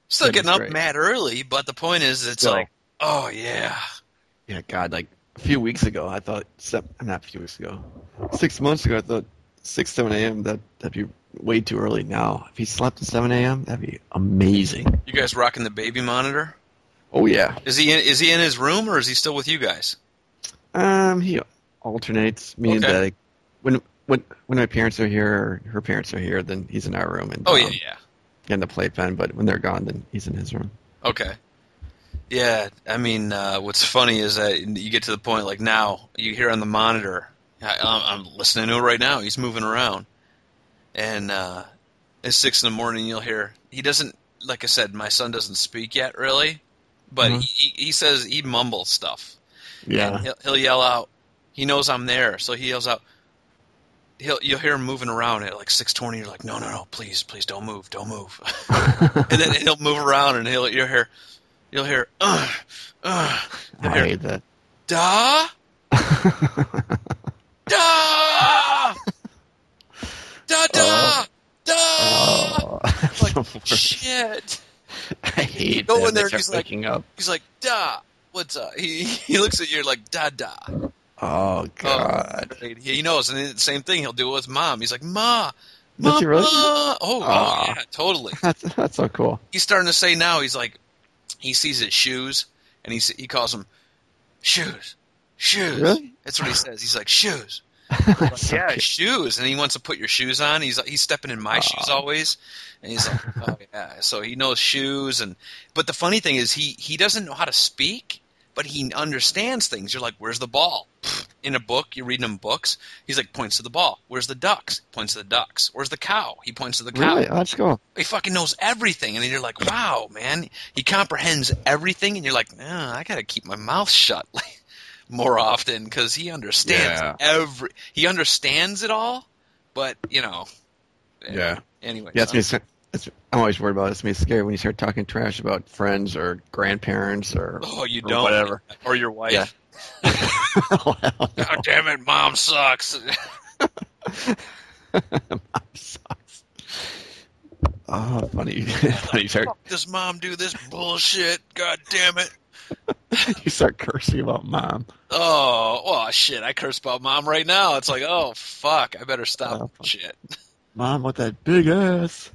Still
That is
getting up
great.
mad early, but the point is, it's
Still.
like, oh yeah,
Yeah, God, like a few weeks ago, I thought sep- not a few weeks ago, six months ago, I thought six seven a.m. That that'd be way too early. Now, if he slept at seven a.m., that'd be amazing.
you guys rocking the baby monitor.
Oh yeah.
Is he in, is he in his room or is he still with you guys?
Um, he alternates me and
Okay.
Daddy. When when when my parents are here, or her parents are here, then he's in our room and
Oh
um,
yeah, yeah.
in the playpen. But when they're gone, then he's in his room.
Okay. Yeah, I mean, uh, what's funny is that you get to the point like now you hear on the monitor. I, I'm, I'm listening to it right now. He's moving around, and uh, at six in the morning you'll hear he doesn't. Like I said, my son doesn't speak yet really, but
Mhm.
he, he says he mumbles stuff. And
Yeah.
he'll, he'll yell out. He knows I'm there, so he yells out. He'll you'll hear him moving around at like 6:20. You're like, no, no, no, please, please, don't move, don't move. and then he'll move around, and he'll you'll hear, you'll hear, uh, uh,
I
hear-
hate that.
da, da, da, da,
Oh.
da.
oh, that's
Like,
the worst.
Shit.
I hate
go
that.
in there
They
and
start
he's like-
waking up.
He's like, da. What's up? He he looks at you like da da.
Oh God!
Oh, he knows, and it's the same thing he'll do with mom. He's like, ma,
Does
ma,
he really?
ma." Oh, oh,
Aw.
yeah, totally.
That's that's so cool.
He's starting to say now. He's like, he sees his shoes, and he s- he calls them shoes, shoes.
Really?
That's what he says. He's like shoes,
That's so
yeah,
cute.
shoes, and he wants to put your shoes on. He's he's stepping in my shoes
Aw.
always, and he's like, oh yeah. So he knows shoes, and but the funny thing is he he doesn't know how to speak, but he understands things. You're like, where's the ball? Pfft, In a book, you're reading him books. He's like points to the ball. Where's the ducks? Points to the ducks. Where's the cow? He points to the cow
Really? Oh, That's cool.
he fucking knows everything, and then you're like, wow, man, he comprehends everything, and you're like, nah, I gotta keep my mouth shut like, more often because he understands
Yeah.
every. He understands it all, but you know.
Yeah.
Anyway.
Yeah, it's me. It's, I'm always worried about it. It's me scary when you start talking trash about friends or grandparents or
Oh, you
or
don't.
whatever.
Or your wife.
Yeah. Well,
God damn it, mom sucks.
mom sucks. Oh, funny, funny. You start,
Does mom do this bullshit? God damn it.
you start cursing about mom.
Oh, oh shit! I curse about mom right now. It's like, oh fuck! I better stop.
Oh, fuck.
shit.
Mom, what that big ass?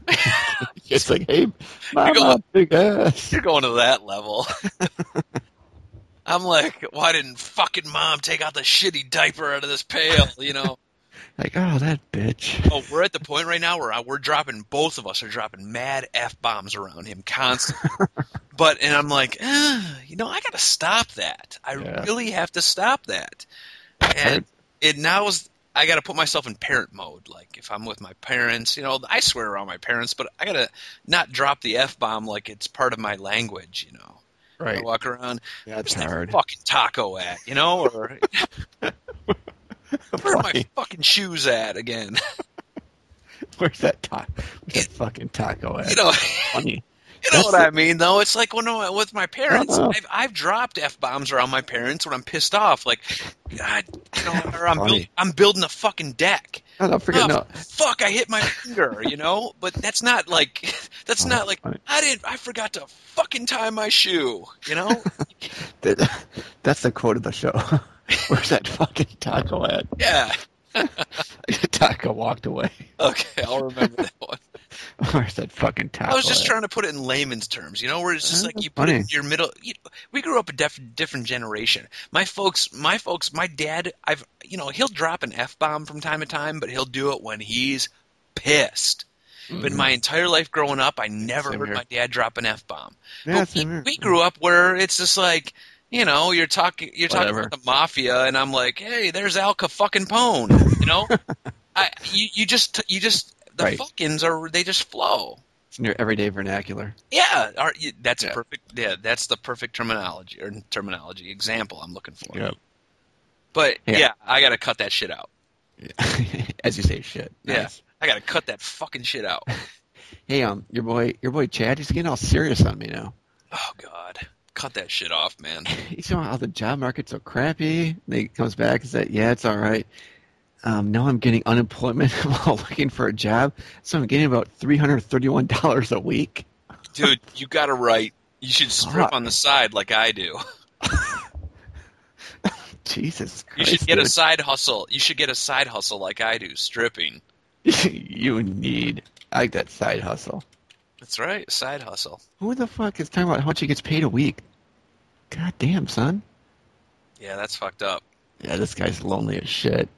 it's like, hey, mom,
go-
want big ass.
You're going to that level. I'm like, why didn't fucking mom take out the shitty diaper out of this pail? You know.
Like, oh, that bitch.
Oh, we're at the point right now where I, we're dropping both of us are dropping mad f bombs around him constantly. but and I'm like, "Ugh, you know, I gotta stop that. I
Yeah.
really have to stop that. And it now is I gotta put myself in parent mode. Like if I'm with my parents, you know, I swear around my parents, but I gotta not drop the f bomb like it's part of my language. You know, I
Right.
walk around. Where's
That's
that
hard.
fucking taco at? You know, or where are my
Right.
fucking shoes at again?
Where's that ta- Where's that fucking taco at?
you know.
funny.
You know
That's
what
it.
I mean, though. It's like when I, with my parents,
Uh-uh.
I've, I've dropped f bombs around my parents when I'm pissed off. Like, God, you know, or I'm, build,
Funny.
I'm building a fucking deck.
No, no, forget
Oh,
no.
Fuck, I hit my finger. You know, but that's not like that's
Oh,
not like
funny.
I didn't. I forgot to fucking tie my shoe. You know,
That- That's the quote of the show. Where's that fucking taco at?
yeah.
taco walked away.
Okay, I'll remember that one.
Where's that fucking taco?
I was just
at?
trying to put it in layman's terms, you know, where it's just
Uh,
like you put
funny.
it in your middle. You, we grew up a def, different generation. My folks, my folks, my dad. I've you know he'll drop an f bomb from time to time, but he'll do it when he's pissed. But
Mm.
my entire life growing up, I never
Mm-hmm. Same
heard
here.
my dad drop an f bomb.
Yeah,
But
same
we,
here.
we grew up where it's just like, you know, you're talking, you're talking
Whatever.
about the mafia, and I'm like, hey, there's Al fucking Capone, you know. I, you, you just, you just, the
Right.
fuckins are, they just flow.
It's in your everyday vernacular.
Yeah, are, you- that's
Yeah.
perfect. Yeah, that's the perfect terminology or terminology example I'm looking for. But yeah.
Yeah.
I gotta cut that shit out.
Yeah. As you say, shit.
Yeah.
Nice.
I gotta cut that fucking shit out.
Hey, um, your boy, your boy Chad, he's getting all serious on me now.
Oh god, cut that shit off, man.
He's talking about how the job market's so crappy. And he comes back and says, "Yeah, it's all right." Um, now I'm getting unemployment while looking for a job, so I'm getting about three hundred thirty-one dollars a week.
Dude, you gotta write. You should strip
Fuck.
on the side like I do.
Jesus
You
Christ!
should get a
dude.
side hustle. You should get a side hustle like I do, stripping.
you need. I like that side hustle.
That's right, side hustle.
Who the fuck is talking about how much he gets paid a week? God damn, son.
Yeah, that's fucked up.
Yeah, this guy's lonely as shit.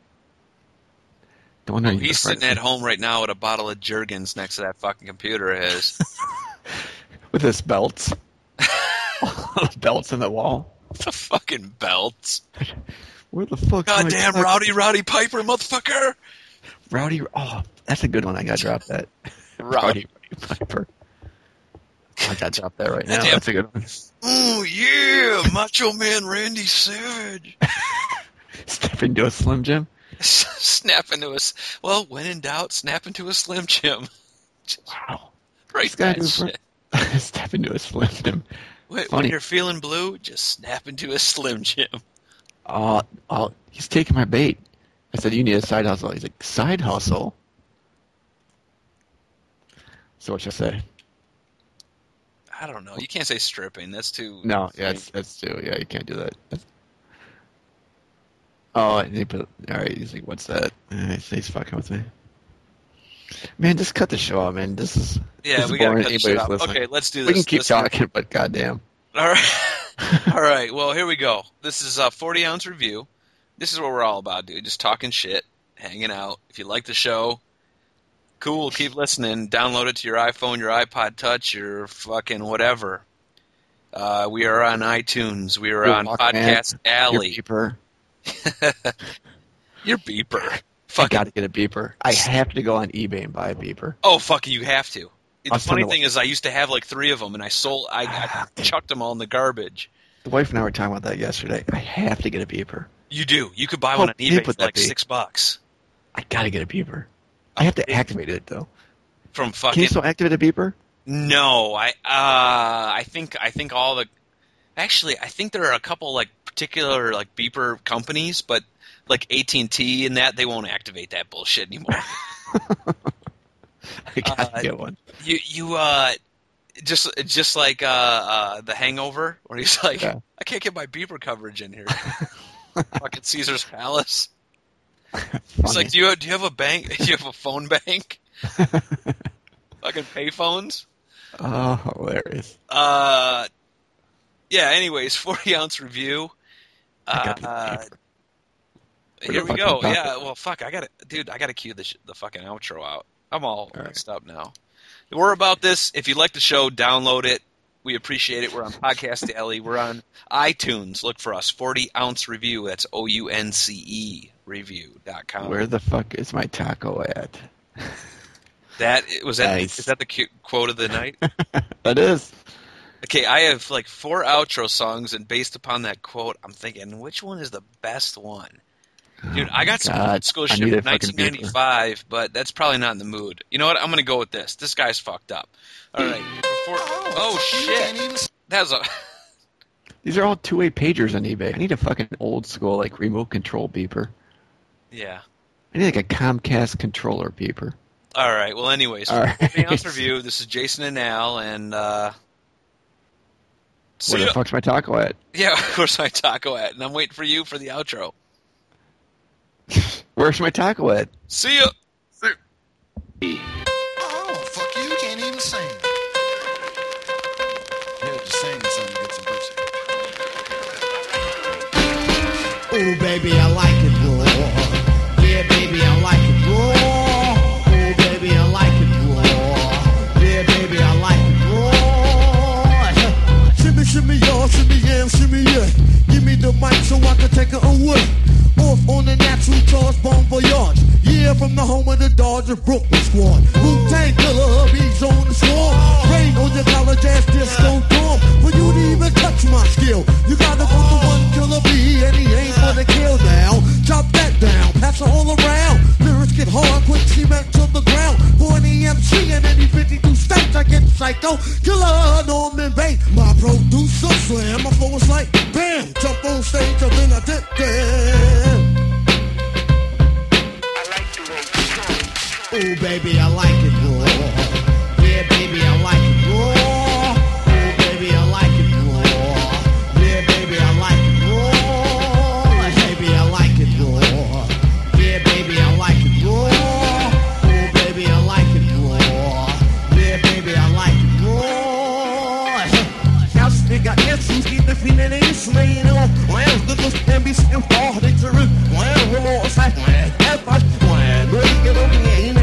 Don't wonder he's
Oh, He's sitting
friends
at home right now with a bottle of Jergens next to that fucking computer of his.
with his belts. belts in the wall.
the fucking belts.
Where the fuck? am I-
Goddamn
fuck-
rowdy, rowdy Piper, motherfucker!
Rowdy. Oh, that's a good one. I gotta drop that.
Rowdy.
Piper. I gotta drop that right now.
Goddamn.
That's a good one.
Oh yeah, Macho Man Randy Savage.
Step into a Slim Jim.
snap into a s- well, when in doubt, snap into a Slim Jim.
Wow.
Right,
This guy
that
knew fr-
shit.
Step into a Slim Jim.
Wait, when
funny.
you're feeling blue, just snap into a Slim Jim.
Oh, oh, he's taking my bait. I said, you need a side hustle. He's like, side hustle? So what should I say?
I don't know. You can't say stripping. That's too
No, yeah, that's, that's too, yeah, you can't do that. That's... Oh, and he put, all right, he's like, what's that? All right, so he's fucking with me. Man, just cut the show out, man. This is,
yeah.
this is
we gotta
boring.
cut the shit
Anybody's
off.
listening.
Okay, let's do this.
we can keep
Let's do-
talking, but goddamn.
All right. all right. Well, here we go. This is a 40 ounce review. This is what we're all about, dude. Just talking shit, hanging out. If you like the show, cool. Keep listening. Download it to your iPhone, your iPod Touch, your fucking whatever. Uh, we are on iTunes. We are
Your
on
Walkman,
Podcast
Your
Alley.
beeper.
Your beeper.
I
Fuck.
gotta get a beeper. I have to go on eBay and buy a beeper.
Oh, fuck. You have to. The
I'll
funny
send it-
thing is, I used to have like three of them, and I sold. I,
Ah,
I chucked them all in the garbage.
The wife and I were talking about that yesterday. I have to get a beeper.
You do. You could buy
How
one on
deep
eBay for
would that
like
be?
six bucks
I gotta get a beeper. I have to activate it though.
from
Can
fucking.
you still activate a beeper?
No, I uh, I think I think all the actually I think there are a couple like particular like beeper companies, but like AT and T and that they won't activate that bullshit anymore.
I gotta
Uh,
get one.
You you uh, just just like uh, uh the Hangover, where he's like,
Yeah.
I can't get my beaver coverage in here. Fucking Caesar's Palace. It's
Funny.
like, do you do you have a bank? Do you have a phone bank? Fucking payphones.
oh, hilarious.
Uh, yeah. Anyways, forty ounce review.
I
Uh,
got the
uh,
beaver. We're
here we
fucking
go.
about
Yeah. Well, fuck. I gotta, dude. I gotta cue the sh- the fucking outro out. I'm all,
All right.
mixed up now. We're about this. If you like the show, download it. We appreciate it. We're on Podcast Alley. We're on iTunes. Look for us. Forty ounce review. That's O U N C E review dot com.
Where the fuck is my taco at?
That was that.
Nice.
Is that the cu- quote of the night?
That is.
Okay, I have like four outro songs, and based upon that quote, I'm thinking which one is the best one. Dude, I got some
Oh God,
old school
I
shit
need
from
a fucking beer.
1995, but that's probably not in the mood. You know what? I'm gonna go with this. This guy's fucked up. All right. Before, oh shit, that's a
These are all two-way pagers on eBay. I need a fucking old school like remote control beeper.
yeah.
I need like a Comcast controller beeper.
All right. Well, anyways,
All right.
the ounce review. This is Jason and Al, and uh, see
Where
ya.
the fuck's my taco at?
yeah, where's my taco at? And I'm waiting for you for the outro.
Where's my taco at?
See ya.
Oh, fuck you, can't even sing. You have to sing so you get some pussy.
Ooh, baby, I like it raw. Yeah, baby, I like it raw. Ooh, baby, I like it raw. Yeah, baby, I like it raw.
Shimmy, shimmy, y'all, shimmy, yam, shimmy, yeah. Give me the mic so I can take it away. Off on the natural charge, bon voyage. Yeah, from the home of the Dodgers, Brooklyn squad. Wu Tang killer, bees on the swarm. Rain on your college ass disco dorm. For you to even touch my skill, you gotta go to one killer bee, and he ain't gonna kill now. Drop that down, pass it all around. Lyrics get hard, quick cement to the ground. For an EMC and any 52 states, I get psycho. Killer Norman Bates, my producer slam. My flow is like bam, jump on stage, and then I did damn.
Ooh, baby, I like it raw. Yeah, baby, I like it raw. Ooh, baby, I like it raw. Yeah, baby, I like it raw. Baby, I like it raw. Yeah, baby, I like it raw. Ooh, baby, I like it raw. Yeah, baby, I like it raw.
Couchsnigger issues, keep the feeling in slain on. Well, the looks can be seen for the truth. Well, we're all side, well, that's us. Well, break it up, yeah, yeah, yeah.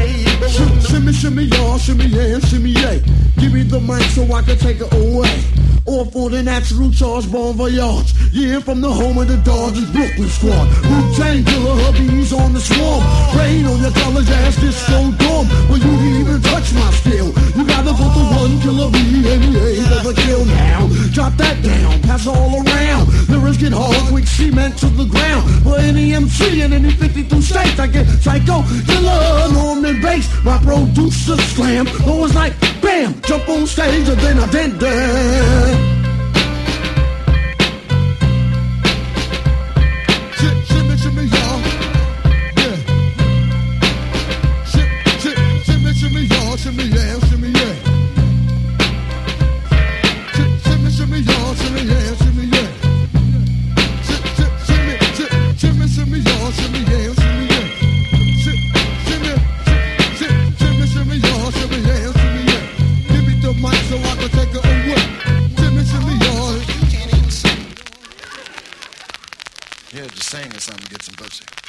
Shim- Shimmy, shimmy, y'all, shimmy, yeah, shimmy, yeah. Give me the mic so I can take it away. All for the natural charge, bon voyage. Yeah, from the home of the Dodgers, Brooklyn squad. Wu-Tang killer, hubby's on the swarm. Rain on your college ass, this so dumb. Will you even touch my skill? You gotta go for one killer bee, and he ain't ever kill now. Drop that down, pass it all around. Lyrics get hard, quick cement to the ground. For any MC in any 52 states, I get psycho, killer, Norman Bates. My producer slam, always like bam, jump on stage and then I did that.
Shim- shimmy, shimmy, y'all. Yeah. Shim- shim- shimmy, shimmy, y'all. Shimmy, yeah, shimmy, yeah. Shim- shimmy, shimmy, y'all. Shimmy, yeah, shimmy, yeah. Shim- shim- shimmy, shim- shimmy, shimmy, y'all. Shimmy, yeah, shimmy, yeah. Shim- shimmy- shim- shim- shimmy, shimmy, y'all. Shimmy, yeah, shimmy, yeah. Give me the mic so I can take it away. Shimmy, shimmy, y'all.
You can't even sing. You have to sing or something to get some pussy.